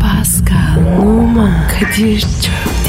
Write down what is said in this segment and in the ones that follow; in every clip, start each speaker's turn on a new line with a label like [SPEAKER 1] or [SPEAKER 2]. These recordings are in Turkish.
[SPEAKER 1] Pascal, Oman, Kadir çok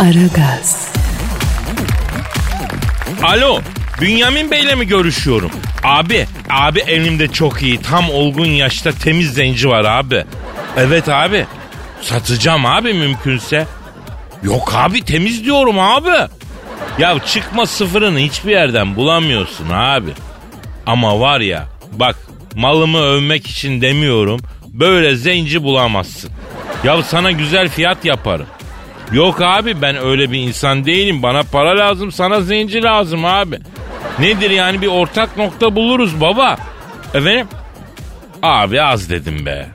[SPEAKER 1] Aragaz,
[SPEAKER 2] Alo, Bünyamin Bey'le mi görüşüyorum? Abi, abi elimde çok iyi, tam olgun yaşta temiz zenci var abi. Evet abi, satacağım abi mümkünse. Yok abi temiz diyorum abi. Ya çıkma sıfırını hiçbir yerden bulamıyorsun abi. Ama var ya, bak malımı övmek için demiyorum, böyle zenci bulamazsın. Ya sana güzel fiyat yaparım. Yok abi ben öyle bir insan değilim. Bana para lazım, sana zenci lazım abi. Nedir yani bir ortak nokta buluruz baba. Efendim? Abi az dedim be.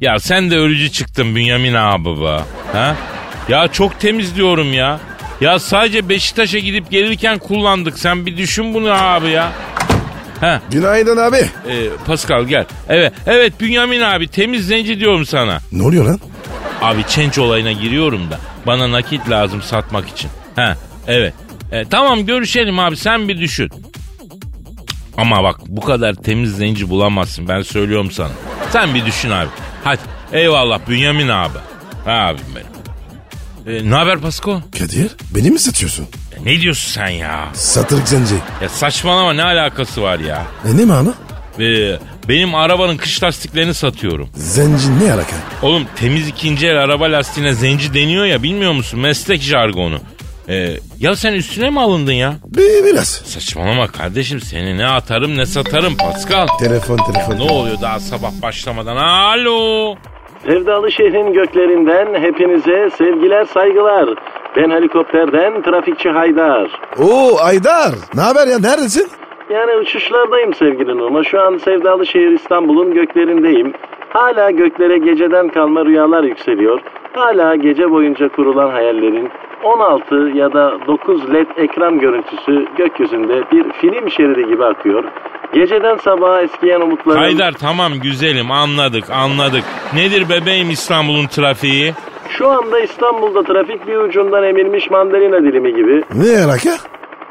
[SPEAKER 2] Ya sen de ölücü çıktın Bünyamin abi baba. Ha? Ya çok temiz diyorum ya. Ya sadece Beşiktaş'a gidip gelirken kullandık. Sen bir düşün bunu abi ya. Ha,
[SPEAKER 3] Günaydın abi.
[SPEAKER 2] e, Pascal gel. Evet, evet Bünyamin abi temiz zenci diyorum sana.
[SPEAKER 3] Ne oluyor lan?
[SPEAKER 2] Abi çenç olayına giriyorum da bana nakit lazım satmak için. Ha evet. E, tamam görüşelim abi sen bir düşün. Ama bak bu kadar temiz zenci bulamazsın ben söylüyorum sana. Sen bir düşün abi. Hadi eyvallah Bünyamin abi. Ha abim benim. E, ne haber Pasko?
[SPEAKER 3] Kadir beni mi satıyorsun?
[SPEAKER 2] E, ne diyorsun sen ya?
[SPEAKER 3] Satırık zenci.
[SPEAKER 2] Ya saçmalama ne alakası var ya?
[SPEAKER 3] E ne mana?
[SPEAKER 2] E, benim arabanın kış lastiklerini satıyorum.
[SPEAKER 3] Zenci ne alaka?
[SPEAKER 2] Oğlum temiz ikinci el araba lastiğine zenci deniyor ya bilmiyor musun? Meslek jargonu. Ee, ya sen üstüne mi alındın ya?
[SPEAKER 3] Bir, biraz.
[SPEAKER 2] Saçmalama kardeşim seni ne atarım ne satarım Pascal.
[SPEAKER 3] Telefon telefon.
[SPEAKER 2] Ne oluyor daha sabah başlamadan? Alo.
[SPEAKER 4] Sevdalı şehrin göklerinden hepinize sevgiler saygılar. Ben helikopterden trafikçi Haydar.
[SPEAKER 3] Oo Aydar. Ne haber ya neredesin?
[SPEAKER 4] Yani uçuşlardayım sevgili Nurma. Şu an sevdalı şehir İstanbul'un göklerindeyim. Hala göklere geceden kalma rüyalar yükseliyor. Hala gece boyunca kurulan hayallerin 16 ya da 9 led ekran görüntüsü gökyüzünde bir film şeridi gibi akıyor. Geceden sabaha eskiyen umutların...
[SPEAKER 2] Haydar tamam güzelim anladık anladık. Nedir bebeğim İstanbul'un trafiği?
[SPEAKER 4] Şu anda İstanbul'da trafik bir ucundan emilmiş mandalina dilimi gibi.
[SPEAKER 3] Ne alaka?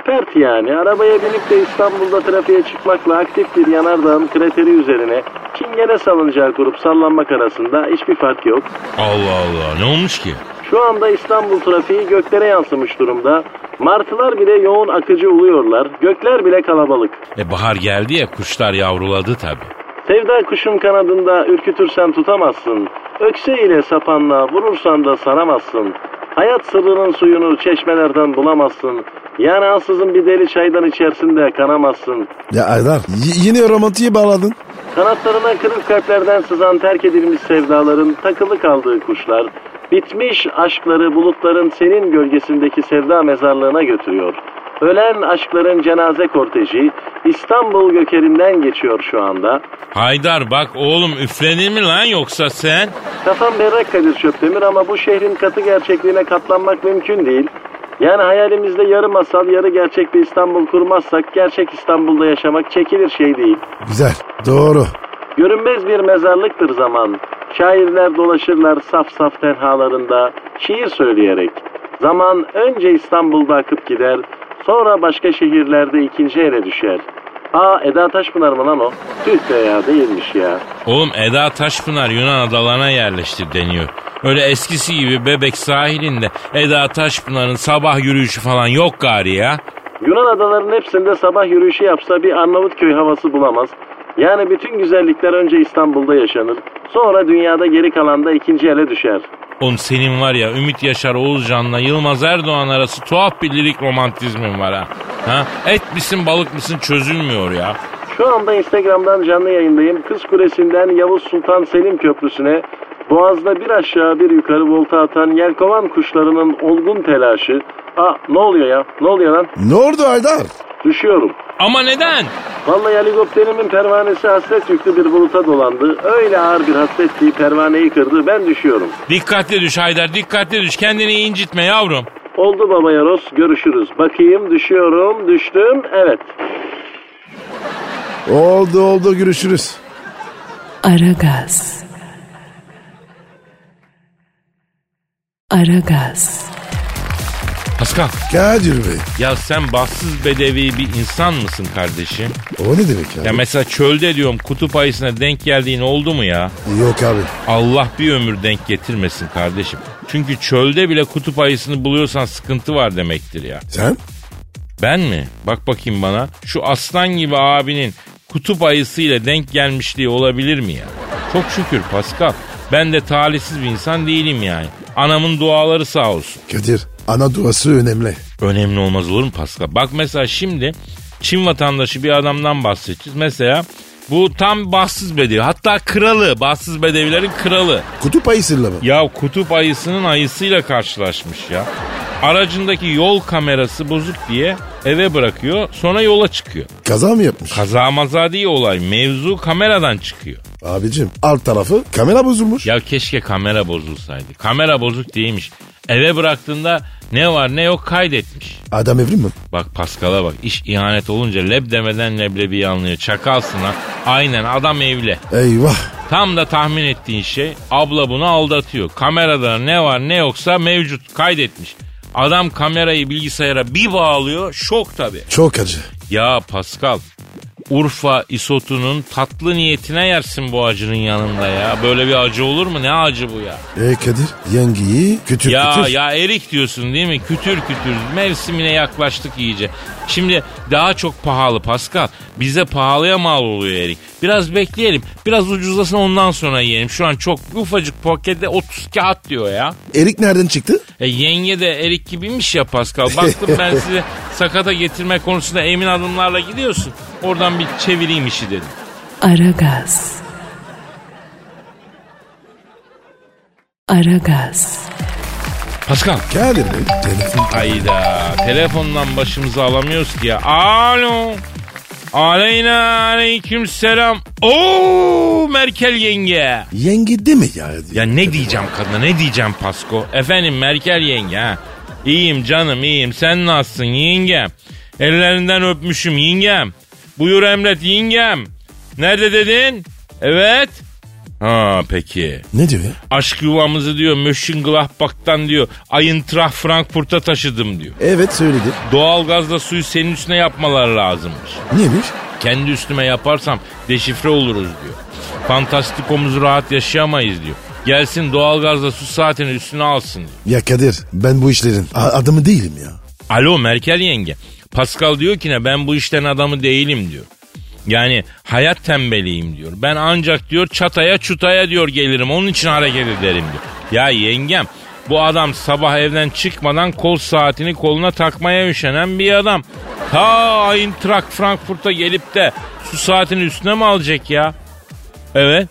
[SPEAKER 4] Pert yani. Arabaya binip de İstanbul'da trafiğe çıkmakla aktif bir yanardağın krateri üzerine çingene salınacağı kurup sallanmak arasında hiçbir fark yok.
[SPEAKER 2] Allah Allah ne olmuş ki?
[SPEAKER 4] Şu anda İstanbul trafiği göklere yansımış durumda. Martılar bile yoğun akıcı uluyorlar. Gökler bile kalabalık.
[SPEAKER 2] E bahar geldi ya kuşlar yavruladı tabi.
[SPEAKER 4] Sevda kuşun kanadında ürkütürsen tutamazsın. Ökse ile sapanla vurursan da saramazsın. Hayat sırrının suyunu çeşmelerden bulamazsın. Yani ansızın bir deli çaydan içersin de kanamazsın.
[SPEAKER 3] Ya Aydar y- yine romantiği bağladın.
[SPEAKER 4] Kanatlarına kırık kalplerden sızan terk edilmiş sevdaların takılı kaldığı kuşlar, bitmiş aşkları bulutların senin gölgesindeki sevda mezarlığına götürüyor. Ölen aşkların cenaze korteji İstanbul gökerinden geçiyor şu anda.
[SPEAKER 2] Haydar bak oğlum üflenir mi lan yoksa sen?
[SPEAKER 4] Kafam berrak Kadir Çöptemir ama bu şehrin katı gerçekliğine katlanmak mümkün değil. Yani hayalimizde yarı masal yarı gerçek bir İstanbul kurmazsak gerçek İstanbul'da yaşamak çekilir şey değil.
[SPEAKER 3] Güzel. Doğru.
[SPEAKER 4] Görünmez bir mezarlıktır zaman. Şairler dolaşırlar saf saf tenhalarında şiir söyleyerek. Zaman önce İstanbul'da akıp gider, sonra başka şehirlerde ikinci ele düşer. Aa Eda Taşpınar mı lan o? Tüh be ya değilmiş ya.
[SPEAKER 2] Oğlum Eda Taşpınar Yunan adalarına yerleşti deniyor. Öyle eskisi gibi bebek sahilinde Eda Taşpınar'ın sabah yürüyüşü falan yok gari ya.
[SPEAKER 4] Yunan adalarının hepsinde sabah yürüyüşü yapsa bir Arnavutköy havası bulamaz. Yani bütün güzellikler önce İstanbul'da yaşanır. Sonra dünyada geri kalanda ikinci ele düşer.
[SPEAKER 2] Oğlum senin var ya Ümit Yaşar Oğuzcan'la Yılmaz Erdoğan arası tuhaf bir lirik romantizmin var ha. ha? Et misin balık mısın çözülmüyor ya.
[SPEAKER 4] Şu anda Instagram'dan canlı yayındayım. Kız Kulesi'nden Yavuz Sultan Selim Köprüsü'ne Boğaz'da bir aşağı bir yukarı volta atan yelkovan kuşlarının olgun telaşı. Aa ne oluyor ya? Ne oluyor lan?
[SPEAKER 3] Ne oldu Aydar?
[SPEAKER 4] Düşüyorum.
[SPEAKER 2] Ama neden?
[SPEAKER 4] Vallahi helikopterimin pervanesi hasret yüklü bir buluta dolandı. Öyle ağır bir hasret ki pervaneyi kırdı. Ben düşüyorum.
[SPEAKER 2] Dikkatli düş Haydar dikkatli düş kendini incitme yavrum.
[SPEAKER 4] Oldu baba Yaros. Görüşürüz. Bakayım düşüyorum. Düştüm. Evet.
[SPEAKER 3] Oldu oldu görüşürüz.
[SPEAKER 1] Aragaz. Aragaz.
[SPEAKER 2] Pascal
[SPEAKER 3] Kadir Bey.
[SPEAKER 2] ya sen bahtsız bedevi bir insan mısın kardeşim?
[SPEAKER 3] O ne demek ya?
[SPEAKER 2] Ya mesela çölde diyorum kutup ayısına denk geldiğin oldu mu ya?
[SPEAKER 3] Yok abi.
[SPEAKER 2] Allah bir ömür denk getirmesin kardeşim. Çünkü çölde bile kutup ayısını buluyorsan sıkıntı var demektir ya.
[SPEAKER 3] Sen?
[SPEAKER 2] Ben mi? Bak bakayım bana. Şu aslan gibi abinin kutup ayısıyla denk gelmişliği olabilir mi ya? Çok şükür Pascal. Ben de talihsiz bir insan değilim yani. Anamın duaları sağ olsun.
[SPEAKER 3] Kadir ana duası önemli.
[SPEAKER 2] Önemli olmaz olur mu Pascal? Bak mesela şimdi Çin vatandaşı bir adamdan bahsedeceğiz. Mesela bu tam bahtsız bedevi. Hatta kralı. Bahtsız bedevilerin kralı.
[SPEAKER 3] Kutup ayısıyla mı?
[SPEAKER 2] Ya kutup ayısının ayısıyla karşılaşmış ya. Aracındaki yol kamerası bozuk diye eve bırakıyor sonra yola çıkıyor.
[SPEAKER 3] Kaza mı yapmış?
[SPEAKER 2] Kaza maza değil olay mevzu kameradan çıkıyor.
[SPEAKER 3] Abicim alt tarafı kamera bozulmuş.
[SPEAKER 2] Ya keşke kamera bozulsaydı. Kamera bozuk değilmiş. Eve bıraktığında ne var ne yok kaydetmiş.
[SPEAKER 3] Adam evrim mi?
[SPEAKER 2] Bak Paskal'a bak iş ihanet olunca leb demeden leblebi anlıyor. Çakalsın ha. Aynen adam evli.
[SPEAKER 3] Eyvah.
[SPEAKER 2] Tam da tahmin ettiğin şey abla bunu aldatıyor. Kamerada ne var ne yoksa mevcut kaydetmiş. Adam kamerayı bilgisayara bir bağlıyor şok tabii.
[SPEAKER 3] Çok acı.
[SPEAKER 2] Ya Pascal Urfa isotunun tatlı niyetine yersin bu acının yanında ya. Böyle bir acı olur mu? Ne acı bu ya?
[SPEAKER 3] E Kadir yengeyi kütür
[SPEAKER 2] ya
[SPEAKER 3] kütür.
[SPEAKER 2] ya erik diyorsun değil mi? Kütür kütür. Mevsimine yaklaştık iyice. Şimdi daha çok pahalı Pascal. Bize pahalıya mal oluyor erik. Biraz bekleyelim. Biraz ucuzlasın ondan sonra yiyelim. Şu an çok ufacık pakette 30 kağıt diyor ya.
[SPEAKER 3] Erik nereden çıktı?
[SPEAKER 2] E, yenge de erik gibiymiş ya Pascal. Baktım ben sizi sakata getirme konusunda emin adımlarla gidiyorsun. Oradan bir çevireyim işi dedim.
[SPEAKER 1] Aragaz. Aragaz.
[SPEAKER 2] Pascal.
[SPEAKER 3] Kadir Bey. Telefon.
[SPEAKER 2] Hayda. Telefondan başımızı alamıyoruz ki ya. Alo. Aleyna aleyküm selam. Oo Merkel yenge.
[SPEAKER 3] Yenge deme ya.
[SPEAKER 2] Ya ne diyeceğim kadına ne diyeceğim Pasko? Efendim Merkel yenge ha. İyiyim canım iyiyim sen nasılsın yengem? Ellerinden öpmüşüm yengem. Buyur emret yengem. Nerede dedin? Evet. Ha peki.
[SPEAKER 3] Ne diyor ya?
[SPEAKER 2] Aşk yuvamızı diyor Mönchengladbach'tan diyor Eintracht Frankfurt'a taşıdım diyor.
[SPEAKER 3] Evet söyledi.
[SPEAKER 2] Doğalgazla suyu senin üstüne yapmalar lazımmış.
[SPEAKER 3] Neymiş?
[SPEAKER 2] Kendi üstüme yaparsam deşifre oluruz diyor. Fantastikomuzu rahat yaşayamayız diyor. Gelsin doğalgazla su saatini üstüne alsın diyor.
[SPEAKER 3] Ya Kadir ben bu işlerin a- adamı değilim ya.
[SPEAKER 2] Alo Merkel yenge. Pascal diyor ki ne ben bu işten adamı değilim diyor. Yani hayat tembeliyim diyor. Ben ancak diyor çataya çutaya diyor gelirim. Onun için hareket ederim diyor. Ya yengem bu adam sabah evden çıkmadan kol saatini koluna takmaya üşenen bir adam. Ta Eintracht Frankfurt'a gelip de su saatini üstüne mi alacak ya? Evet.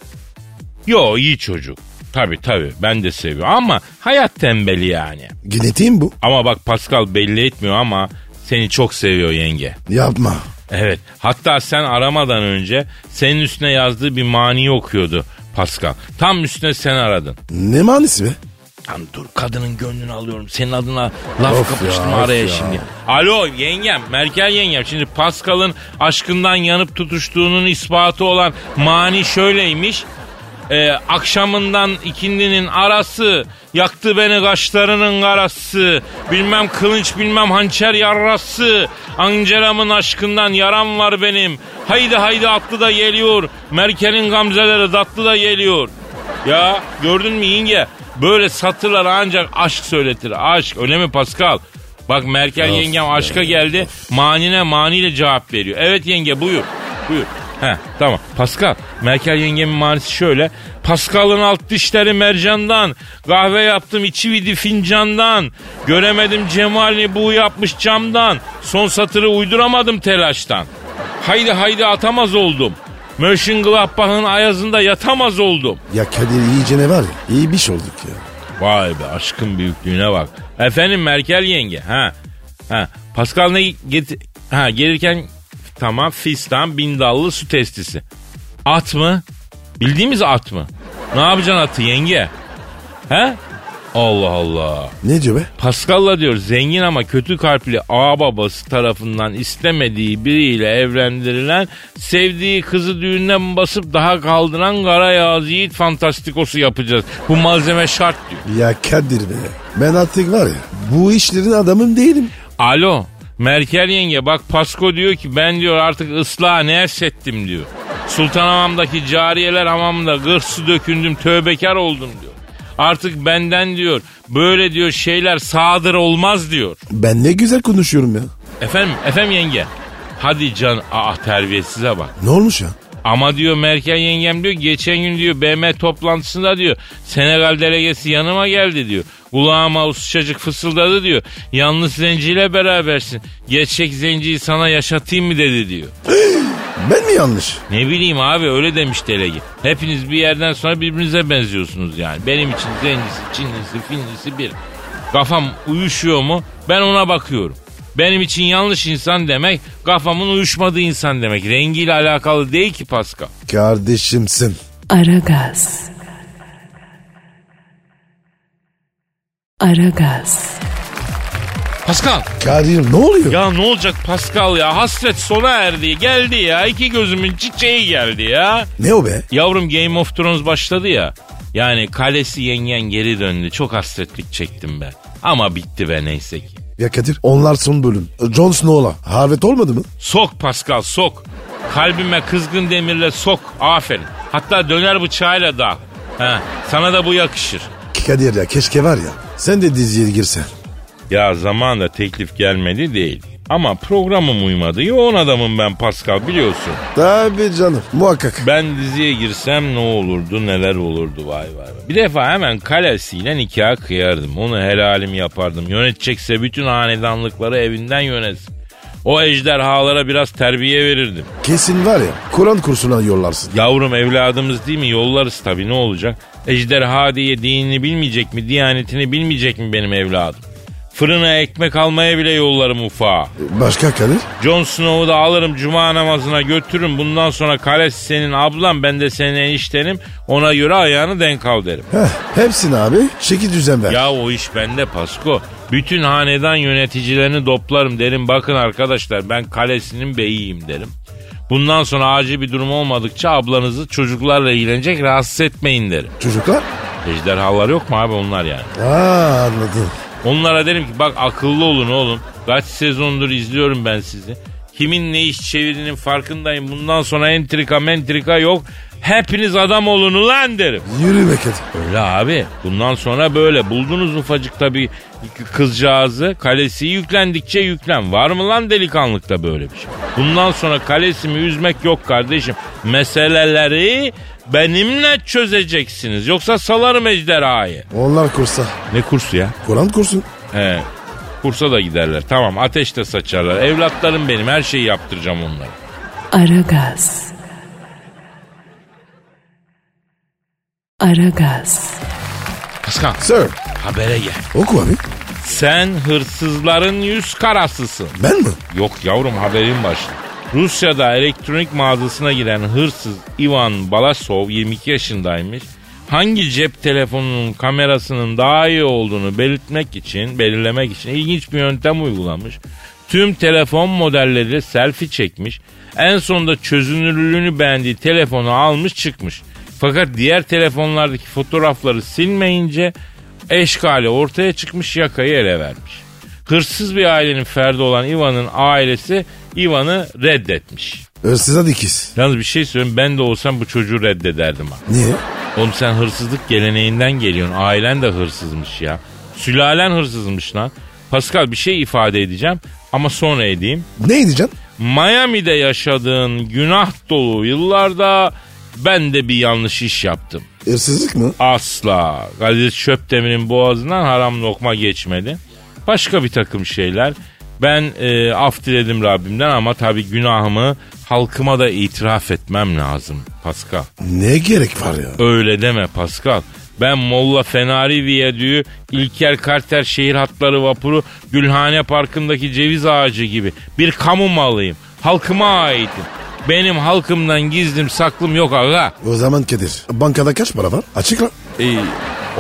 [SPEAKER 2] Yo iyi çocuk. Tabii tabii ben de seviyorum ama hayat tembeli yani.
[SPEAKER 3] Genetiğim bu.
[SPEAKER 2] Ama bak Pascal belli etmiyor ama seni çok seviyor yenge.
[SPEAKER 3] Yapma.
[SPEAKER 2] Evet. Hatta sen aramadan önce senin üstüne yazdığı bir mani okuyordu Pascal. Tam üstüne sen aradın.
[SPEAKER 3] Ne manisi be?
[SPEAKER 2] Lan dur kadının gönlünü alıyorum. Senin adına laf
[SPEAKER 3] Of
[SPEAKER 2] kapıştırma
[SPEAKER 3] ya, of
[SPEAKER 2] araya
[SPEAKER 3] ya.
[SPEAKER 2] şimdi. Alo yengem, Merkel yengem. Şimdi Pascal'ın aşkından yanıp tutuştuğunun ispatı olan mani şöyleymiş. Ee, akşamından ikindinin arası Yaktı beni kaşlarının karası Bilmem kılınç bilmem hançer yarrası Anceramın aşkından yaram var benim Haydi haydi atlı da geliyor Merkel'in gamzeleri tatlı da geliyor ya gördün mü yenge? Böyle satırlar ancak aşk söyletir. Aşk öyle mi Pascal? Bak Merkel yengem aşka geldi. Manine maniyle cevap veriyor. Evet yenge buyur. Buyur. He tamam. Pascal. Merkel yengemin manisi şöyle. Pascal'ın alt dişleri mercandan. Kahve yaptım içi vidi fincandan. Göremedim cemalini bu yapmış camdan. Son satırı uyduramadım telaştan. Haydi haydi atamaz oldum. Mönchengladbach'ın ayazında yatamaz oldum.
[SPEAKER 3] Ya Kadir iyice ne var ya? İyi bir şey olduk ya.
[SPEAKER 2] Vay be aşkın büyüklüğüne bak. Efendim Merkel yenge. Ha. Ha. Pascal ne get ha gelirken tamam fistan bindallı su testisi. At mı? Bildiğimiz at mı? Ne yapacaksın atı yenge? He? Allah Allah.
[SPEAKER 3] Ne diyor be?
[SPEAKER 2] Pascal'la diyor zengin ama kötü kalpli ağababası tarafından istemediği biriyle evlendirilen sevdiği kızı düğünden basıp daha kaldıran kara yağız yiğit fantastikosu yapacağız. Bu malzeme şart diyor.
[SPEAKER 3] Ya Kadir be. Ben artık var ya bu işlerin adamım değilim.
[SPEAKER 2] Alo Merkel yenge bak Pasko diyor ki ben diyor artık ıslaha ne ettim diyor. Sultanhamam'daki cariyeler hamamında gırh su dökündüm tövbekar oldum diyor. Artık benden diyor böyle diyor şeyler sadır olmaz diyor.
[SPEAKER 3] Ben ne güzel konuşuyorum ya.
[SPEAKER 2] Efendim, efendim yenge. Hadi can, ah terbiyesize bak.
[SPEAKER 3] Ne olmuş ya?
[SPEAKER 2] Ama diyor Merkel yengem diyor geçen gün diyor BM toplantısında diyor Senegal delegesi yanıma geldi diyor. Kulağıma usuşacık fısıldadı diyor. Yalnız zenciyle berabersin. Gerçek zenciyi sana yaşatayım mı dedi diyor.
[SPEAKER 3] Ben mi yanlış?
[SPEAKER 2] Ne bileyim abi öyle demiş delege. Hepiniz bir yerden sonra birbirinize benziyorsunuz yani. Benim için zencisi, çinlisi, finlisi bir. Kafam uyuşuyor mu? Ben ona bakıyorum. Benim için yanlış insan demek kafamın uyuşmadığı insan demek. Rengiyle alakalı değil ki Pascal.
[SPEAKER 3] Kardeşimsin.
[SPEAKER 1] Aragaz. Aragaz.
[SPEAKER 2] Pascal.
[SPEAKER 3] Kadir ne oluyor?
[SPEAKER 2] Ya ne olacak Pascal ya? Hasret sona erdi. Geldi ya. İki gözümün çiçeği geldi ya.
[SPEAKER 3] Ne o be?
[SPEAKER 2] Yavrum Game of Thrones başladı ya. Yani kalesi yengen geri döndü. Çok hasretlik çektim ben. Ama bitti be neyse ki.
[SPEAKER 3] Ya Kadir onlar son bölüm. Jon Snow'la. Harvet olmadı mı?
[SPEAKER 2] Sok Pascal sok. Kalbime kızgın demirle sok. Aferin. Hatta döner bıçağıyla da. Ha, sana da bu yakışır.
[SPEAKER 3] Kadir ya keşke var ya. Sen de diziye girsen.
[SPEAKER 2] Ya zamanla teklif gelmedi değil. Ama programım uymadı. Yoğun adamım ben Pascal biliyorsun.
[SPEAKER 3] Tabii canım muhakkak.
[SPEAKER 2] Ben diziye girsem ne olurdu neler olurdu vay vay. vay. Bir defa hemen kalesiyle nikah kıyardım. Onu helalim yapardım. Yönetecekse bütün hanedanlıkları evinden yönetsin. O ejderhalara biraz terbiye verirdim.
[SPEAKER 3] Kesin var ya Kur'an kursuna yollarsın.
[SPEAKER 2] Yavrum evladımız değil mi yollarız tabii ne olacak? Ejderha diye dinini bilmeyecek mi, diyanetini bilmeyecek mi benim evladım? Fırına ekmek almaya bile yollarım ufağa.
[SPEAKER 3] Başka Kadir?
[SPEAKER 2] Jon Snow'u da alırım cuma namazına götürürüm. Bundan sonra kalesi senin ablan ben de senin eniştenim. Ona göre ayağını denk al derim.
[SPEAKER 3] Heh, hepsini abi şekil düzen ver.
[SPEAKER 2] Ya o iş bende Pasko. Bütün hanedan yöneticilerini toplarım derim. Bakın arkadaşlar ben kalesinin beyiyim derim. Bundan sonra acil bir durum olmadıkça ablanızı çocuklarla ilgilenecek rahatsız etmeyin derim.
[SPEAKER 3] Çocuklar?
[SPEAKER 2] Ejderhalar yok mu abi onlar yani?
[SPEAKER 3] Aa anladım.
[SPEAKER 2] Onlara derim ki bak akıllı olun oğlum. Kaç sezondur izliyorum ben sizi. Kimin ne iş çevirinin farkındayım. Bundan sonra entrika mentrika yok. Hepiniz adam olun ulan derim.
[SPEAKER 3] Yürü be Kadir.
[SPEAKER 2] Öyle abi. Bundan sonra böyle. Buldunuz ufacık tabii kızcağızı. Kalesi yüklendikçe yüklen. Var mı lan delikanlıkta böyle bir şey? Bundan sonra kalesimi üzmek yok kardeşim. Meseleleri benimle çözeceksiniz. Yoksa salarım ejderhayı.
[SPEAKER 3] Onlar kursa.
[SPEAKER 2] Ne kursu ya?
[SPEAKER 3] Kur'an kursun.
[SPEAKER 2] He. Kursa da giderler. Tamam ateş de saçarlar. Evlatlarım benim her şeyi yaptıracağım onlara.
[SPEAKER 1] Aragaz. Aragaz.
[SPEAKER 2] Paskal
[SPEAKER 3] Sir
[SPEAKER 2] habere gel.
[SPEAKER 3] oku abi.
[SPEAKER 2] Sen hırsızların yüz karasısın.
[SPEAKER 3] Ben mi?
[SPEAKER 2] Yok yavrum haberin başlı. Rusya'da elektronik mağazasına giren hırsız Ivan Balasov 22 yaşındaymış. Hangi cep telefonunun kamerasının daha iyi olduğunu belirtmek için, belirlemek için ilginç bir yöntem uygulamış. Tüm telefon modelleriyle selfie çekmiş. En sonunda çözünürlüğünü beğendiği telefonu almış çıkmış. Fakat diğer telefonlardaki fotoğrafları silmeyince eşkali ortaya çıkmış yakayı ele vermiş. Hırsız bir ailenin ferdi olan Ivan'ın ailesi Ivan'ı reddetmiş.
[SPEAKER 3] Hırsıza dikiz.
[SPEAKER 2] Yalnız bir şey söyleyeyim ben de olsam bu çocuğu reddederdim ha.
[SPEAKER 3] Niye?
[SPEAKER 2] Oğlum sen hırsızlık geleneğinden geliyorsun. Ailen de hırsızmış ya. Sülalen hırsızmış lan. Pascal bir şey ifade edeceğim ama sonra edeyim.
[SPEAKER 3] Ne edeceksin?
[SPEAKER 2] Miami'de yaşadığın günah dolu yıllarda ben de bir yanlış iş yaptım.
[SPEAKER 3] Hırsızlık mı?
[SPEAKER 2] Asla. Kadir Çöpdemir'in boğazından haram lokma geçmedi. Başka bir takım şeyler. Ben e, af diledim Rabbimden ama tabii günahımı halkıma da itiraf etmem lazım Pascal.
[SPEAKER 3] Ne gerek var ya?
[SPEAKER 2] Öyle deme Pascal. Ben Molla Fenari Viyadüğü, İlker Karter Şehir Hatları Vapuru, Gülhane Parkı'ndaki ceviz ağacı gibi bir kamu malıyım. Halkıma aitim. Benim halkımdan gizlim saklım yok aga.
[SPEAKER 3] O zaman Kadir bankada kaç para var? Açıkla.
[SPEAKER 2] Ee,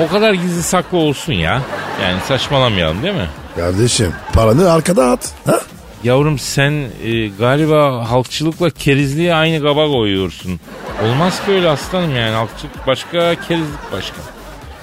[SPEAKER 2] o kadar gizli saklı olsun ya. Yani saçmalamayalım değil mi?
[SPEAKER 3] Kardeşim paranı arkada at. Ha?
[SPEAKER 2] Yavrum sen e, galiba halkçılıkla kerizliği aynı kaba koyuyorsun. Olmaz ki öyle aslanım yani. Halkçılık başka, kerizlik başka.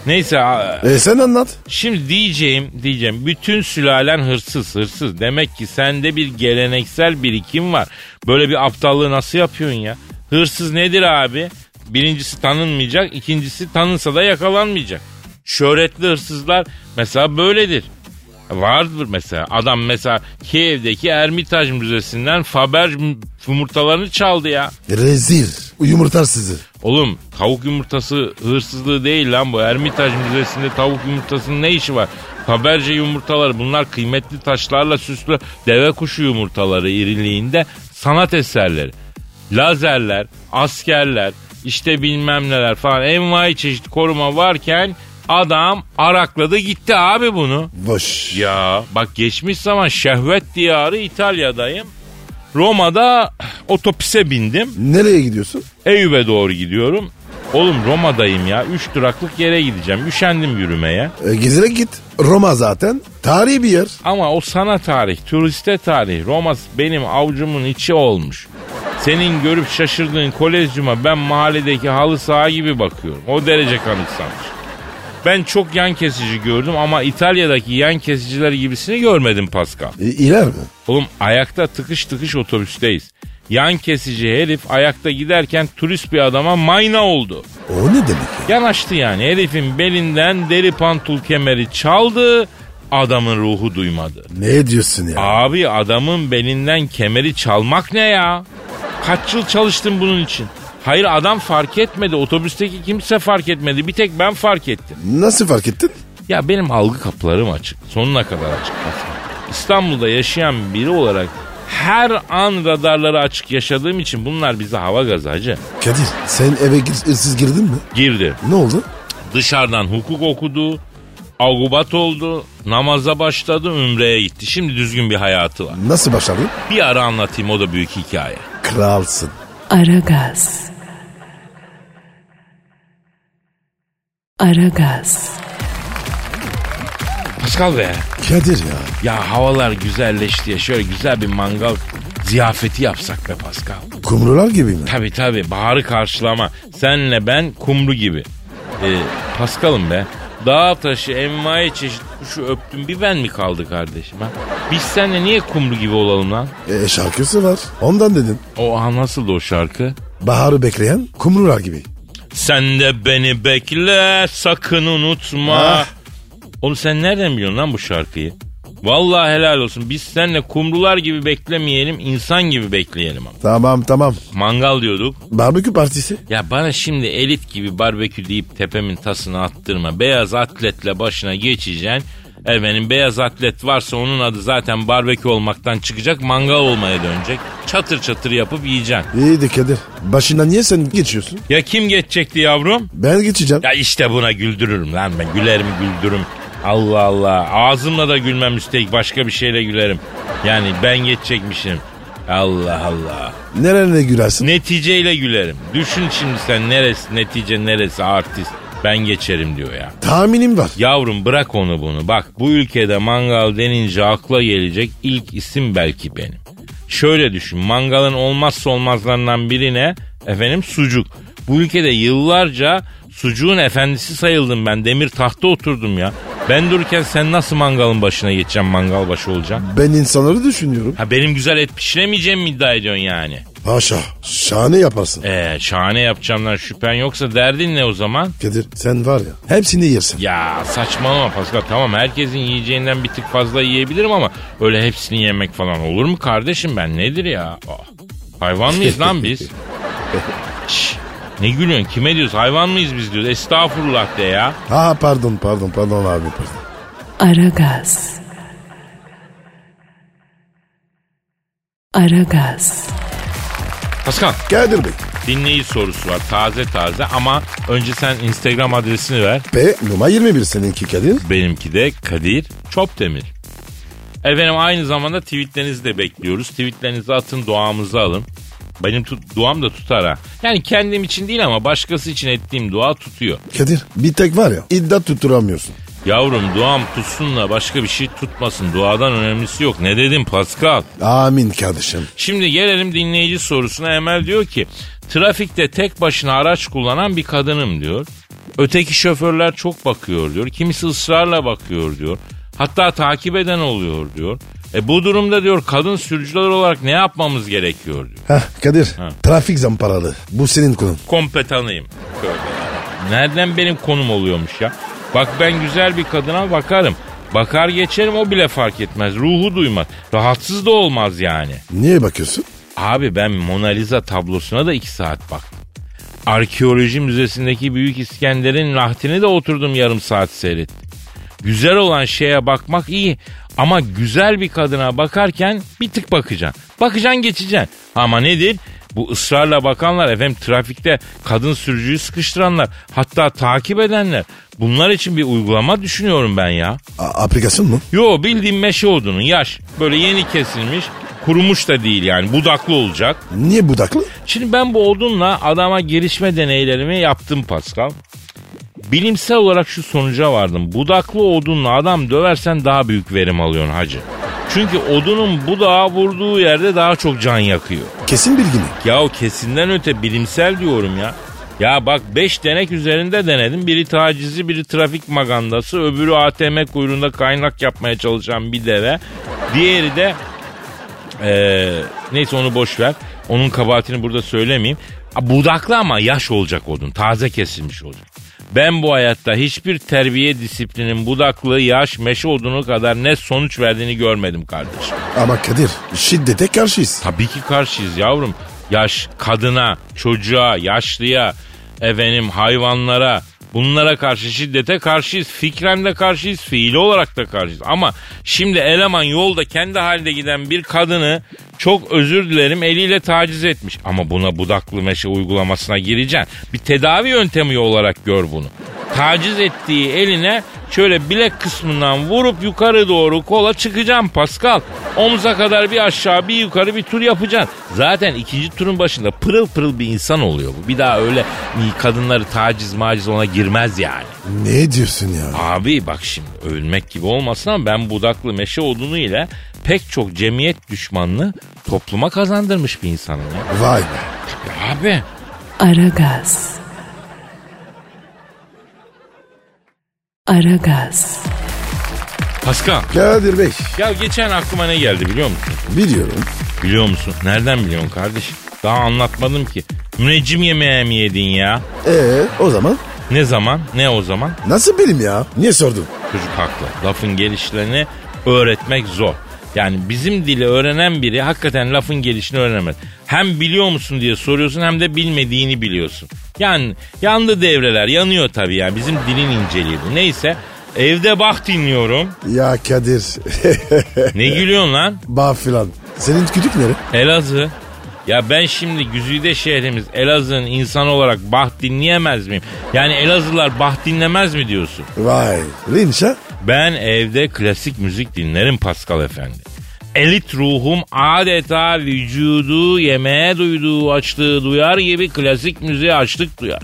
[SPEAKER 2] Neyse a-
[SPEAKER 3] E sen anlat.
[SPEAKER 2] Şimdi diyeceğim, diyeceğim. Bütün sülalen hırsız, hırsız. Demek ki sende bir geleneksel birikim var. Böyle bir aptallığı nasıl yapıyorsun ya? Hırsız nedir abi? Birincisi tanınmayacak, ikincisi tanınsa da yakalanmayacak. Şöhretli hırsızlar mesela böyledir. Vardır mesela. Adam mesela Kiev'deki Ermitaj Müzesi'nden Faber yumurtalarını çaldı ya.
[SPEAKER 3] Rezil. Yumurtar sizi.
[SPEAKER 2] Oğlum tavuk yumurtası hırsızlığı değil lan bu. Ermitaj Müzesi'nde tavuk yumurtasının ne işi var? Haberce yumurtaları bunlar kıymetli taşlarla süslü deve kuşu yumurtaları iriliğinde sanat eserleri. Lazerler, askerler, işte bilmem neler falan envai çeşit koruma varken adam arakladı gitti abi bunu.
[SPEAKER 3] Boş.
[SPEAKER 2] Ya bak geçmiş zaman şehvet diyarı İtalya'dayım. Roma'da otopise bindim.
[SPEAKER 3] Nereye gidiyorsun?
[SPEAKER 2] Eyüp'e doğru gidiyorum. Oğlum Roma'dayım ya. Üç duraklık yere gideceğim. Üşendim yürümeye.
[SPEAKER 3] E, gezerek git. Roma zaten. Tarihi bir yer.
[SPEAKER 2] Ama o sana tarih, turiste tarih. Roma benim avcumun içi olmuş. Senin görüp şaşırdığın kolezyuma ben mahalledeki halı saha gibi bakıyorum. O derece kanıksamış. Ben çok yan kesici gördüm ama İtalya'daki yan kesiciler gibisini görmedim Pascal.
[SPEAKER 3] E, iler mi?
[SPEAKER 2] Oğlum ayakta tıkış tıkış otobüsteyiz. Yan kesici herif ayakta giderken turist bir adama mayna oldu.
[SPEAKER 3] O ne demek ya?
[SPEAKER 2] Yanaştı yani herifin belinden deri pantul kemeri çaldı adamın ruhu duymadı.
[SPEAKER 3] Ne diyorsun ya?
[SPEAKER 2] Abi adamın belinden kemeri çalmak ne ya? Kaç yıl çalıştın bunun için? Hayır adam fark etmedi. Otobüsteki kimse fark etmedi. Bir tek ben fark ettim.
[SPEAKER 3] Nasıl fark ettin?
[SPEAKER 2] Ya benim algı kapılarım açık. Sonuna kadar açık. İstanbul'da yaşayan biri olarak her an radarları açık yaşadığım için bunlar bize hava gazı hacı.
[SPEAKER 3] Kadir sen eve gir, ıssız girdin mi?
[SPEAKER 2] Girdi.
[SPEAKER 3] Ne oldu?
[SPEAKER 2] dışarıdan hukuk okudu, agubat oldu, namaza başladı, ümreye gitti. Şimdi düzgün bir hayatı var.
[SPEAKER 3] Nasıl başardın?
[SPEAKER 2] Bir ara anlatayım o da büyük hikaye.
[SPEAKER 3] Kralsın.
[SPEAKER 1] Aragaz. Aragaz.
[SPEAKER 2] Pascal be,
[SPEAKER 3] Kadir ya.
[SPEAKER 2] ya havalar güzelleşti ya şöyle güzel bir mangal ziyafeti yapsak be Pascal.
[SPEAKER 3] Kumrular gibi mi?
[SPEAKER 2] Tabi tabi baharı karşılama. Senle ben kumru gibi. Ee, Pascal'ım be. Dağ taşı, envai çeşit kuşu öptüm. Bir ben mi kaldı kardeşim ha? Biz seninle niye kumru gibi olalım lan?
[SPEAKER 3] E, şarkısı var. Ondan dedim.
[SPEAKER 2] O nasıl o şarkı?
[SPEAKER 3] Baharı bekleyen kumrular gibi.
[SPEAKER 2] Sen de beni bekle sakın unutma.
[SPEAKER 3] Ah.
[SPEAKER 2] Oğlum sen nereden biliyorsun lan bu şarkıyı? Vallahi helal olsun. Biz seninle kumrular gibi beklemeyelim, insan gibi bekleyelim ama.
[SPEAKER 3] Tamam tamam.
[SPEAKER 2] Mangal diyorduk.
[SPEAKER 3] Barbekü partisi.
[SPEAKER 2] Ya bana şimdi elit gibi barbekü deyip tepemin tasını attırma. Beyaz atletle başına geçeceksin. Efendim beyaz atlet varsa onun adı zaten barbekü olmaktan çıkacak, mangal olmaya dönecek. Çatır çatır yapıp yiyeceksin.
[SPEAKER 3] İyi de Kadir. Başına niye sen geçiyorsun?
[SPEAKER 2] Ya kim geçecekti yavrum?
[SPEAKER 3] Ben geçeceğim.
[SPEAKER 2] Ya işte buna güldürürüm lan ben. Gülerim güldürürüm. Allah Allah. Ağzımla da gülmem üstelik başka bir şeyle gülerim. Yani ben geçecekmişim. Allah Allah.
[SPEAKER 3] Nerene gülersin?
[SPEAKER 2] Neticeyle gülerim. Düşün şimdi sen neresi netice neresi artist. Ben geçerim diyor ya.
[SPEAKER 3] Tahminim var.
[SPEAKER 2] Yavrum bırak onu bunu. Bak bu ülkede mangal denince akla gelecek ilk isim belki benim. Şöyle düşün mangalın olmazsa olmazlarından birine efendim sucuk. Bu ülkede yıllarca sucuğun efendisi sayıldım ben. Demir tahta oturdum ya. Ben dururken sen nasıl mangalın başına geçeceğim mangal başı olacaksın?
[SPEAKER 3] Ben insanları düşünüyorum.
[SPEAKER 2] Ha benim güzel et pişiremeyeceğim mi iddia ediyorsun yani?
[SPEAKER 3] Haşa. Şahane yaparsın.
[SPEAKER 2] Ee, şahane yapacağımdan şüphen yoksa derdin ne o zaman?
[SPEAKER 3] Kadir sen var ya. Hepsini yersin.
[SPEAKER 2] Ya saçmalama Pascal tamam herkesin yiyeceğinden bir tık fazla yiyebilirim ama öyle hepsini yemek falan olur mu kardeşim ben nedir ya? Ah, hayvan mıyız lan biz? Şş, ne gülüyorsun kime diyoruz hayvan mıyız biz diyoruz estağfurullah de ya.
[SPEAKER 3] Ha pardon pardon pardon abi pardon.
[SPEAKER 1] Aragaz. Aragaz.
[SPEAKER 2] Pascal
[SPEAKER 3] Kadir Bey.
[SPEAKER 2] dinleyici sorusu var taze taze ama önce sen instagram adresini ver.
[SPEAKER 3] P numara 21 seninki Kadir.
[SPEAKER 2] Benimki de Kadir Çopdemir. Efendim aynı zamanda tweetlerinizi de bekliyoruz. Tweetlerinizi atın duamızı alın. Benim tut, duam da tutar ha. Yani kendim için değil ama başkası için ettiğim dua tutuyor.
[SPEAKER 3] Kadir bir tek var ya iddia tutturamıyorsun.
[SPEAKER 2] Yavrum duam tutsunla başka bir şey tutmasın. Duadan önemlisi yok. Ne dedim Pascal?
[SPEAKER 3] Amin kardeşim.
[SPEAKER 2] Şimdi gelelim dinleyici sorusuna. Emel diyor ki trafikte tek başına araç kullanan bir kadınım diyor. Öteki şoförler çok bakıyor diyor. Kimisi ısrarla bakıyor diyor. Hatta takip eden oluyor diyor. E bu durumda diyor kadın sürücüler olarak ne yapmamız gerekiyor diyor.
[SPEAKER 3] Heh, Kadir trafik zamparalı. Bu senin konun.
[SPEAKER 2] Kompetanıyım. Nereden benim konum oluyormuş ya? Bak ben güzel bir kadına bakarım. Bakar geçerim o bile fark etmez. Ruhu duymaz. Rahatsız da olmaz yani.
[SPEAKER 3] Niye bakıyorsun?
[SPEAKER 2] Abi ben Mona Lisa tablosuna da iki saat baktım. Arkeoloji müzesindeki Büyük İskender'in rahtini de oturdum yarım saat seyrettim. Güzel olan şeye bakmak iyi ama güzel bir kadına bakarken bir tık bakacaksın. Bakacaksın geçeceksin. Ama nedir? Bu ısrarla bakanlar efendim trafikte kadın sürücüyü sıkıştıranlar hatta takip edenler. Bunlar için bir uygulama düşünüyorum ben ya.
[SPEAKER 3] A- aplikasyon mu?
[SPEAKER 2] Yo bildiğin meşe odunun yaş. Böyle yeni kesilmiş. Kurumuş da değil yani budaklı olacak.
[SPEAKER 3] Niye budaklı?
[SPEAKER 2] Şimdi ben bu odunla adama girişme deneylerimi yaptım Pascal. Bilimsel olarak şu sonuca vardım. Budaklı odunla adam döversen daha büyük verim alıyorsun hacı. Çünkü odunun budağa vurduğu yerde daha çok can yakıyor.
[SPEAKER 3] Kesin bilgi mi?
[SPEAKER 2] Yahu kesinden öte bilimsel diyorum ya. Ya bak 5 denek üzerinde denedim. Biri tacizi, biri trafik magandası, öbürü ATM kuyruğunda kaynak yapmaya çalışan bir deve. Diğeri de eee, neyse onu boş ver. Onun kabahatini burada söylemeyeyim. Ha, Budaklı ama yaş olacak odun. Taze kesilmiş odun. Ben bu hayatta hiçbir terbiye disiplinin budaklı, yaş, meşe odunu kadar net sonuç verdiğini görmedim kardeşim.
[SPEAKER 3] Ama Kadir şiddete karşıyız.
[SPEAKER 2] Tabii ki karşıyız yavrum. Yaş kadına, çocuğa, yaşlıya, efendim hayvanlara bunlara karşı şiddete karşıyız. Fikren de karşıyız, fiili olarak da karşıyız. Ama şimdi eleman yolda kendi halinde giden bir kadını çok özür dilerim eliyle taciz etmiş. Ama buna budaklı meşe uygulamasına gireceksin. Bir tedavi yöntemi olarak gör bunu. Taciz ettiği eline şöyle bilek kısmından vurup yukarı doğru kola çıkacaksın Pascal. Omza kadar bir aşağı bir yukarı bir tur yapacaksın. Zaten ikinci turun başında pırıl pırıl bir insan oluyor bu. Bir daha öyle kadınları taciz maciz ona girmez yani.
[SPEAKER 3] Ne diyorsun ya?
[SPEAKER 2] Abi bak şimdi övünmek gibi olmasın ama ben budaklı meşe odunu ile pek çok cemiyet düşmanlığı topluma kazandırmış bir insanım ya.
[SPEAKER 3] Vay be.
[SPEAKER 2] Ya Abi
[SPEAKER 1] Aragaz. Aragaz.
[SPEAKER 2] Pascal
[SPEAKER 3] Kadir Bey
[SPEAKER 2] ya geçen aklıma ne geldi biliyor musun?
[SPEAKER 3] biliyorum.
[SPEAKER 2] Biliyor musun? Nereden biliyorsun kardeşim? Daha anlatmadım ki. Müneccim yemeğe mi yedin ya?
[SPEAKER 3] Ee o zaman
[SPEAKER 2] Ne zaman? Ne o zaman?
[SPEAKER 3] nasıl bilim ya? Niye sordun?
[SPEAKER 2] Çocuk haklı. Lafın gelişlerini öğretmek zor. Yani bizim dili öğrenen biri hakikaten lafın gelişini öğrenemez. Hem biliyor musun diye soruyorsun hem de bilmediğini biliyorsun. Yani yandı devreler yanıyor tabii yani bizim dilin inceliği bu. Neyse evde bak dinliyorum.
[SPEAKER 3] Ya Kadir.
[SPEAKER 2] Ne gülüyorsun lan?
[SPEAKER 3] Bağ filan. Senin kütük nere?
[SPEAKER 2] Elazığ. Ya ben şimdi Güzide şehrimiz Elazığ'ın insan olarak bah dinleyemez miyim? Yani Elazığlar bah dinlemez mi diyorsun?
[SPEAKER 3] Vay. Linç ha?
[SPEAKER 2] Ben evde klasik müzik dinlerim Pascal Efendi. Elit ruhum adeta vücudu yemeğe duyduğu açlığı duyar gibi klasik müziğe açlık duyar.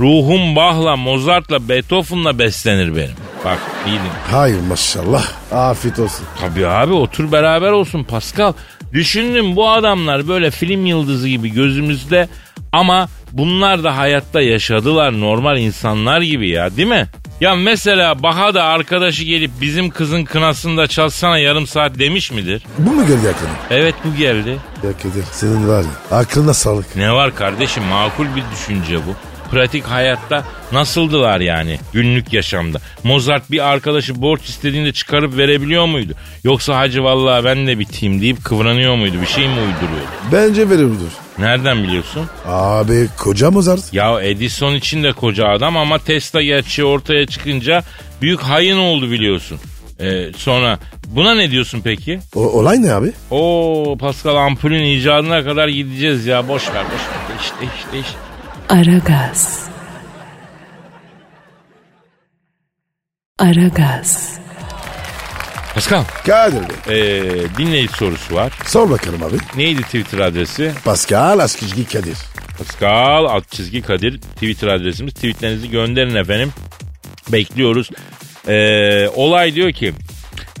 [SPEAKER 2] Ruhum Bach'la, Mozart'la, Beethoven'la beslenir benim. Bak iyi dinle.
[SPEAKER 3] Hayır maşallah. Afiyet olsun.
[SPEAKER 2] Tabii abi otur beraber olsun Pascal. Düşündüm bu adamlar böyle film yıldızı gibi gözümüzde ama bunlar da hayatta yaşadılar normal insanlar gibi ya değil mi? Ya mesela Baha da arkadaşı gelip bizim kızın kınasında çalsana yarım saat demiş midir?
[SPEAKER 3] Bu mu geldi aklına?
[SPEAKER 2] Evet bu geldi.
[SPEAKER 3] Ya Kadir senin var ya aklına sağlık.
[SPEAKER 2] Ne var kardeşim makul bir düşünce bu. Pratik hayatta nasıldılar yani günlük yaşamda? Mozart bir arkadaşı borç istediğinde çıkarıp verebiliyor muydu? Yoksa hacı vallahi ben de biteyim deyip kıvranıyor muydu? Bir şey mi uyduruyordu?
[SPEAKER 3] Bence verimlidir.
[SPEAKER 2] Nereden biliyorsun?
[SPEAKER 3] Abi koca Mozart.
[SPEAKER 2] Ya Edison için de koca adam ama Tesla gerçeği ortaya çıkınca büyük hayın oldu biliyorsun. Ee, sonra buna ne diyorsun peki?
[SPEAKER 3] O, olay ne abi?
[SPEAKER 2] O Pascal ampulün icadına kadar gideceğiz ya boş ver boş ver. İşte işte işte.
[SPEAKER 1] Aragaz. Aragaz.
[SPEAKER 2] Pascal.
[SPEAKER 3] Kadir Bey
[SPEAKER 2] Ee, dinleyici sorusu var.
[SPEAKER 3] sor bakalım abi.
[SPEAKER 2] Neydi Twitter adresi?
[SPEAKER 3] Pascal Askizgi Kadir.
[SPEAKER 2] Pascal alt çizgi Kadir Twitter adresimiz. Tweetlerinizi gönderin efendim. Bekliyoruz. Ee, olay diyor ki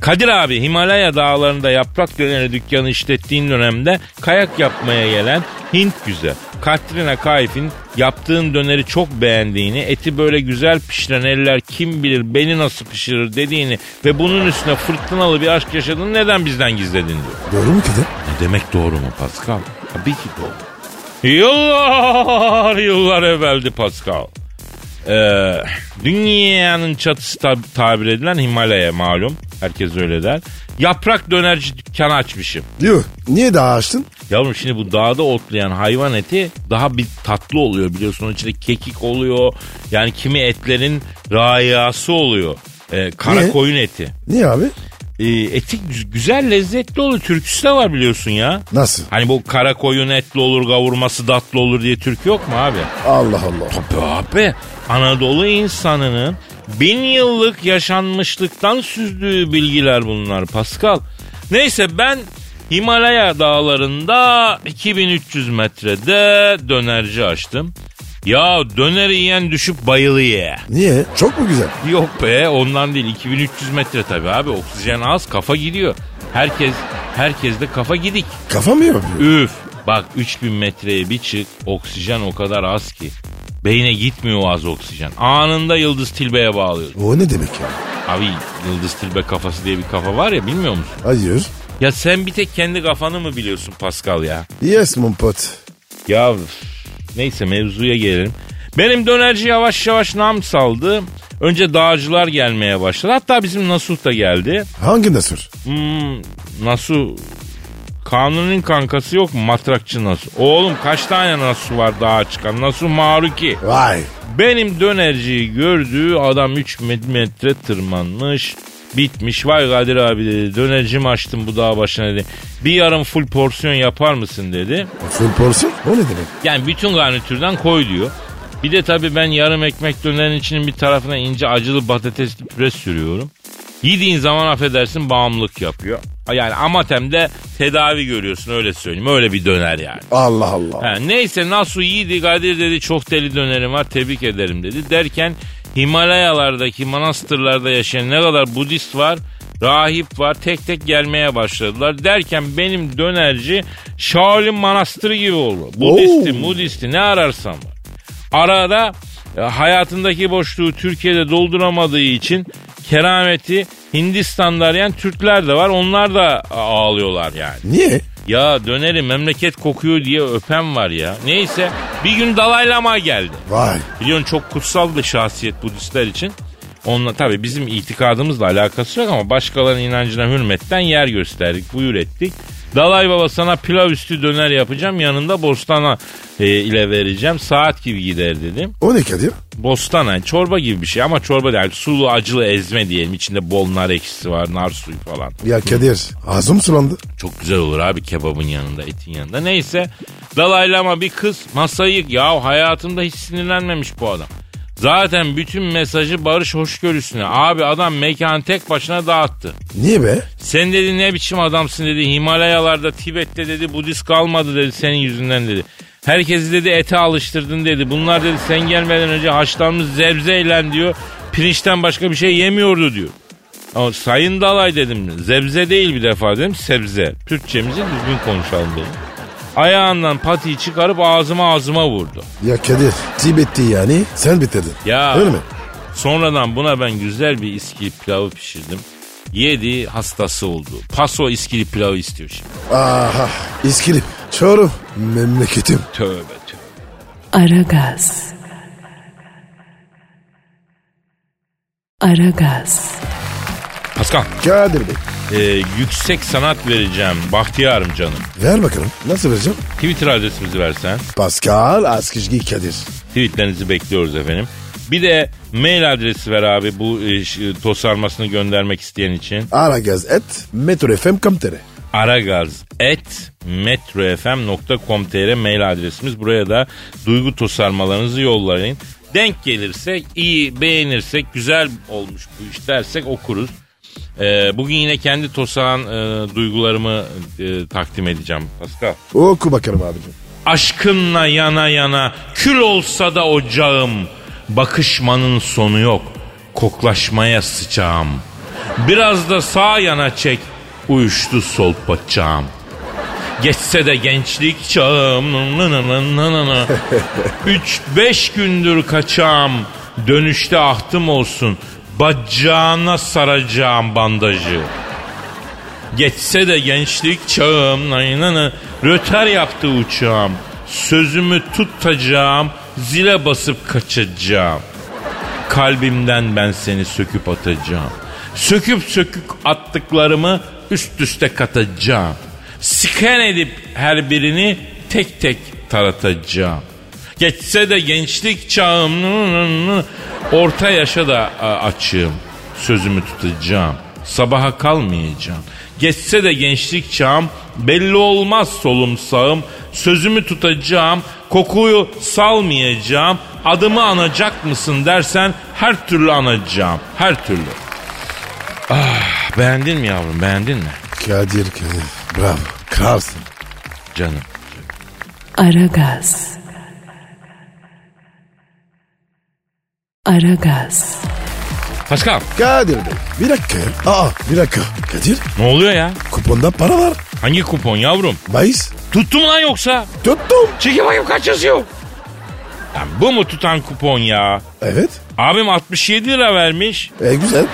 [SPEAKER 2] Kadir abi Himalaya dağlarında yaprak döneri dükkanı işlettiğin dönemde kayak yapmaya gelen Hint güzel. Katrina Kaif'in yaptığın döneri çok beğendiğini, eti böyle güzel pişiren eller kim bilir beni nasıl pişirir dediğini ve bunun üstüne fırtınalı bir aşk yaşadığını neden bizden gizledin diyor.
[SPEAKER 3] Doğru mu Kadir?
[SPEAKER 2] Ne demek doğru mu Pascal? Tabii ki doğru. Yıllar yıllar evveldi Pascal. Ee, dünyanın çatısı tab- tabir edilen Himalaya malum. Herkes öyle der. Yaprak dönerci dükkanı açmışım.
[SPEAKER 3] Yuh. Niye daha açtın?
[SPEAKER 2] Yavrum şimdi bu dağda otlayan hayvan eti daha bir tatlı oluyor biliyorsun. Onun içinde kekik oluyor. Yani kimi etlerin rayası oluyor. Ee, kara
[SPEAKER 3] Niye?
[SPEAKER 2] koyun eti.
[SPEAKER 3] Niye abi?
[SPEAKER 2] Ee, eti gü- güzel lezzetli oluyor. Türküsü de var biliyorsun ya.
[SPEAKER 3] Nasıl?
[SPEAKER 2] Hani bu kara koyun etli olur kavurması tatlı olur diye türkü yok mu abi?
[SPEAKER 3] Allah Allah.
[SPEAKER 2] Tabii abi. Anadolu insanının bin yıllık yaşanmışlıktan süzdüğü bilgiler bunlar Pascal. Neyse ben Himalaya dağlarında 2300 metrede dönerci açtım. Ya döneri yiyen düşüp bayılıyor.
[SPEAKER 3] Niye? Çok mu güzel?
[SPEAKER 2] Yok be ondan değil 2300 metre tabii abi oksijen az kafa gidiyor. Herkes herkes de kafa gidik.
[SPEAKER 3] Kafa mı yapıyor?
[SPEAKER 2] Üf bak 3000 metreye bir çık oksijen o kadar az ki. Beyne gitmiyor o az oksijen. Anında Yıldız Tilbe'ye bağlıyor.
[SPEAKER 3] O ne demek ya?
[SPEAKER 2] Abi Yıldız Tilbe kafası diye bir kafa var ya bilmiyor musun?
[SPEAKER 3] Hayır.
[SPEAKER 2] Ya sen bir tek kendi kafanı mı biliyorsun Pascal ya?
[SPEAKER 3] Yes mon pot.
[SPEAKER 2] Ya üf, neyse mevzuya gelelim. Benim dönerci yavaş yavaş nam saldı. Önce dağcılar gelmeye başladı. Hatta bizim Nasuh da geldi.
[SPEAKER 3] Hangi nasır?
[SPEAKER 2] Hmm, Nasuh Kanun'un kankası yok mu? Matrakçı Nasuh. Oğlum kaç tane Nasuh var daha çıkan? Nasuh Maruki.
[SPEAKER 3] Vay.
[SPEAKER 2] Benim dönerciyi gördüğü adam 3 metre tırmanmış. Bitmiş. Vay Kadir abi dedi. Dönercimi açtım bu dağ başına dedi. Bir yarım full porsiyon yapar mısın dedi.
[SPEAKER 3] Full porsiyon? O ne demek?
[SPEAKER 2] Yani bütün garnitürden koy diyor. Bir de tabii ben yarım ekmek dönerin içinin bir tarafına ince acılı patatesli püre sürüyorum. Yediğin zaman affedersin bağımlılık yapıyor. Yani amatemde tedavi görüyorsun öyle söyleyeyim. Öyle bir döner yani.
[SPEAKER 3] Allah Allah.
[SPEAKER 2] Ha, neyse Nasu iyiydi Kadir dedi çok deli dönerim var tebrik ederim dedi. Derken Himalayalardaki manastırlarda yaşayan ne kadar Budist var rahip var tek tek gelmeye başladılar. Derken benim dönerci Shaolin manastırı gibi oldu. Budisti,
[SPEAKER 3] Oo.
[SPEAKER 2] Mudisti ne ararsan var. Arada e, hayatındaki boşluğu Türkiye'de dolduramadığı için kerameti Hindistan'da arayan Türkler de var. Onlar da a- ağlıyorlar yani.
[SPEAKER 3] Niye?
[SPEAKER 2] Ya döneri memleket kokuyor diye öpen var ya. Neyse bir gün Dalai Lama geldi.
[SPEAKER 3] Vay.
[SPEAKER 2] Biliyorsun çok kutsal bir şahsiyet Budistler için. Onunla tabii bizim itikadımızla alakası yok ama başkalarının inancına hürmetten yer gösterdik, buyur ettik. Dalai Baba sana pilav üstü döner yapacağım yanında bostana e, ile vereceğim saat gibi gider dedim.
[SPEAKER 3] O ne Kadir?
[SPEAKER 2] Bostana yani çorba gibi bir şey ama çorba değil sulu acılı ezme diyelim içinde bol nar ekşisi var nar suyu falan.
[SPEAKER 3] Ya Kadir ağzım sulandı.
[SPEAKER 2] Çok güzel olur abi kebabın yanında, etin yanında. Neyse Dalai Lama bir kız masayı ya hayatımda hiç sinirlenmemiş bu adam. Zaten bütün mesajı barış hoşgörüsüne. Abi adam mekanı tek başına dağıttı.
[SPEAKER 3] Niye be?
[SPEAKER 2] Sen dedi ne biçim adamsın dedi. Himalayalarda, Tibet'te dedi Budist kalmadı dedi senin yüzünden dedi. Herkesi dedi ete alıştırdın dedi. Bunlar dedi sen gelmeden önce haşlanmış zebzeyle diyor. Pirinçten başka bir şey yemiyordu diyor. Ama Sayın Dalay dedim. Zebze değil bir defa dedim. Sebze. Türkçemizi düzgün konuşalım dedim. Ayağından patiyi çıkarıp ağzıma ağzıma vurdu.
[SPEAKER 3] Ya Kadir Tibet'ti yani sen bitirdin.
[SPEAKER 2] Ya.
[SPEAKER 3] Öyle mi?
[SPEAKER 2] Sonradan buna ben güzel bir iskili pilavı pişirdim. Yedi hastası oldu. Paso iskili pilavı istiyor şimdi.
[SPEAKER 3] Aha. İskilip. Çorum. Memleketim.
[SPEAKER 2] Tövbe tövbe.
[SPEAKER 1] Aragaz. Aragaz.
[SPEAKER 2] Paskal.
[SPEAKER 3] Kadir Bey.
[SPEAKER 2] e, yüksek sanat vereceğim Bahtiyar'ım canım.
[SPEAKER 3] Ver bakalım. Nasıl vereceğim?
[SPEAKER 2] Twitter adresimizi versen.
[SPEAKER 3] Pascal Askizgi Kadir.
[SPEAKER 2] Tweetlerinizi bekliyoruz efendim. Bir de mail adresi ver abi bu e, ş- tosarmasını göndermek isteyen için.
[SPEAKER 3] Aragaz et metrofm.com.tr
[SPEAKER 2] aragaz.metrofm.com.tr mail adresimiz. Buraya da duygu tosarmalarınızı yollayın. Denk gelirsek, iyi beğenirsek, güzel olmuş bu iş dersek okuruz. Ee, bugün yine kendi tosağan e, duygularımı e, takdim edeceğim Pascal.
[SPEAKER 3] Oku bakalım abicim.
[SPEAKER 2] Aşkınla yana yana kül olsa da ocağım. Bakışmanın sonu yok. Koklaşmaya sıçağım. Biraz da sağ yana çek. Uyuştu sol bacağım. Geçse de gençlik çağım. nı nı nı nı nı nı. Üç beş gündür kaçağım. Dönüşte ahtım olsun. Bacağına saracağım bandajı. Geçse de gençlik çağım naynanı röter yaptı uçağım. Sözümü tutacağım, zile basıp kaçacağım. Kalbimden ben seni söküp atacağım. Söküp söküp attıklarımı üst üste katacağım. Siken edip her birini tek tek taratacağım. Geçse de gençlik çağım nı nı nı, orta yaşa da a, açığım. Sözümü tutacağım. Sabaha kalmayacağım. Geçse de gençlik çağım belli olmaz solum sağım. Sözümü tutacağım. Kokuyu salmayacağım. Adımı anacak mısın dersen her türlü anacağım. Her türlü. Ah, beğendin mi yavrum beğendin mi?
[SPEAKER 3] Kadir Kadir. Bravo. Kralsın.
[SPEAKER 2] Canım.
[SPEAKER 1] Aragaz. Aragaz.
[SPEAKER 2] Pascal
[SPEAKER 3] Kadir Bey. Bir dakika ya. Aa bir dakika. Kadir
[SPEAKER 2] ne oluyor ya?
[SPEAKER 3] kuponda para var.
[SPEAKER 2] Hangi kupon yavrum?
[SPEAKER 3] Bayis.
[SPEAKER 2] Tuttum lan yoksa?
[SPEAKER 3] Tuttum.
[SPEAKER 2] Çekil bakayım kaç yazıyor? Lan bu mu tutan kupon ya?
[SPEAKER 3] Evet.
[SPEAKER 2] Abim 67 lira vermiş.
[SPEAKER 3] E güzel.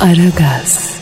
[SPEAKER 1] Aragaz.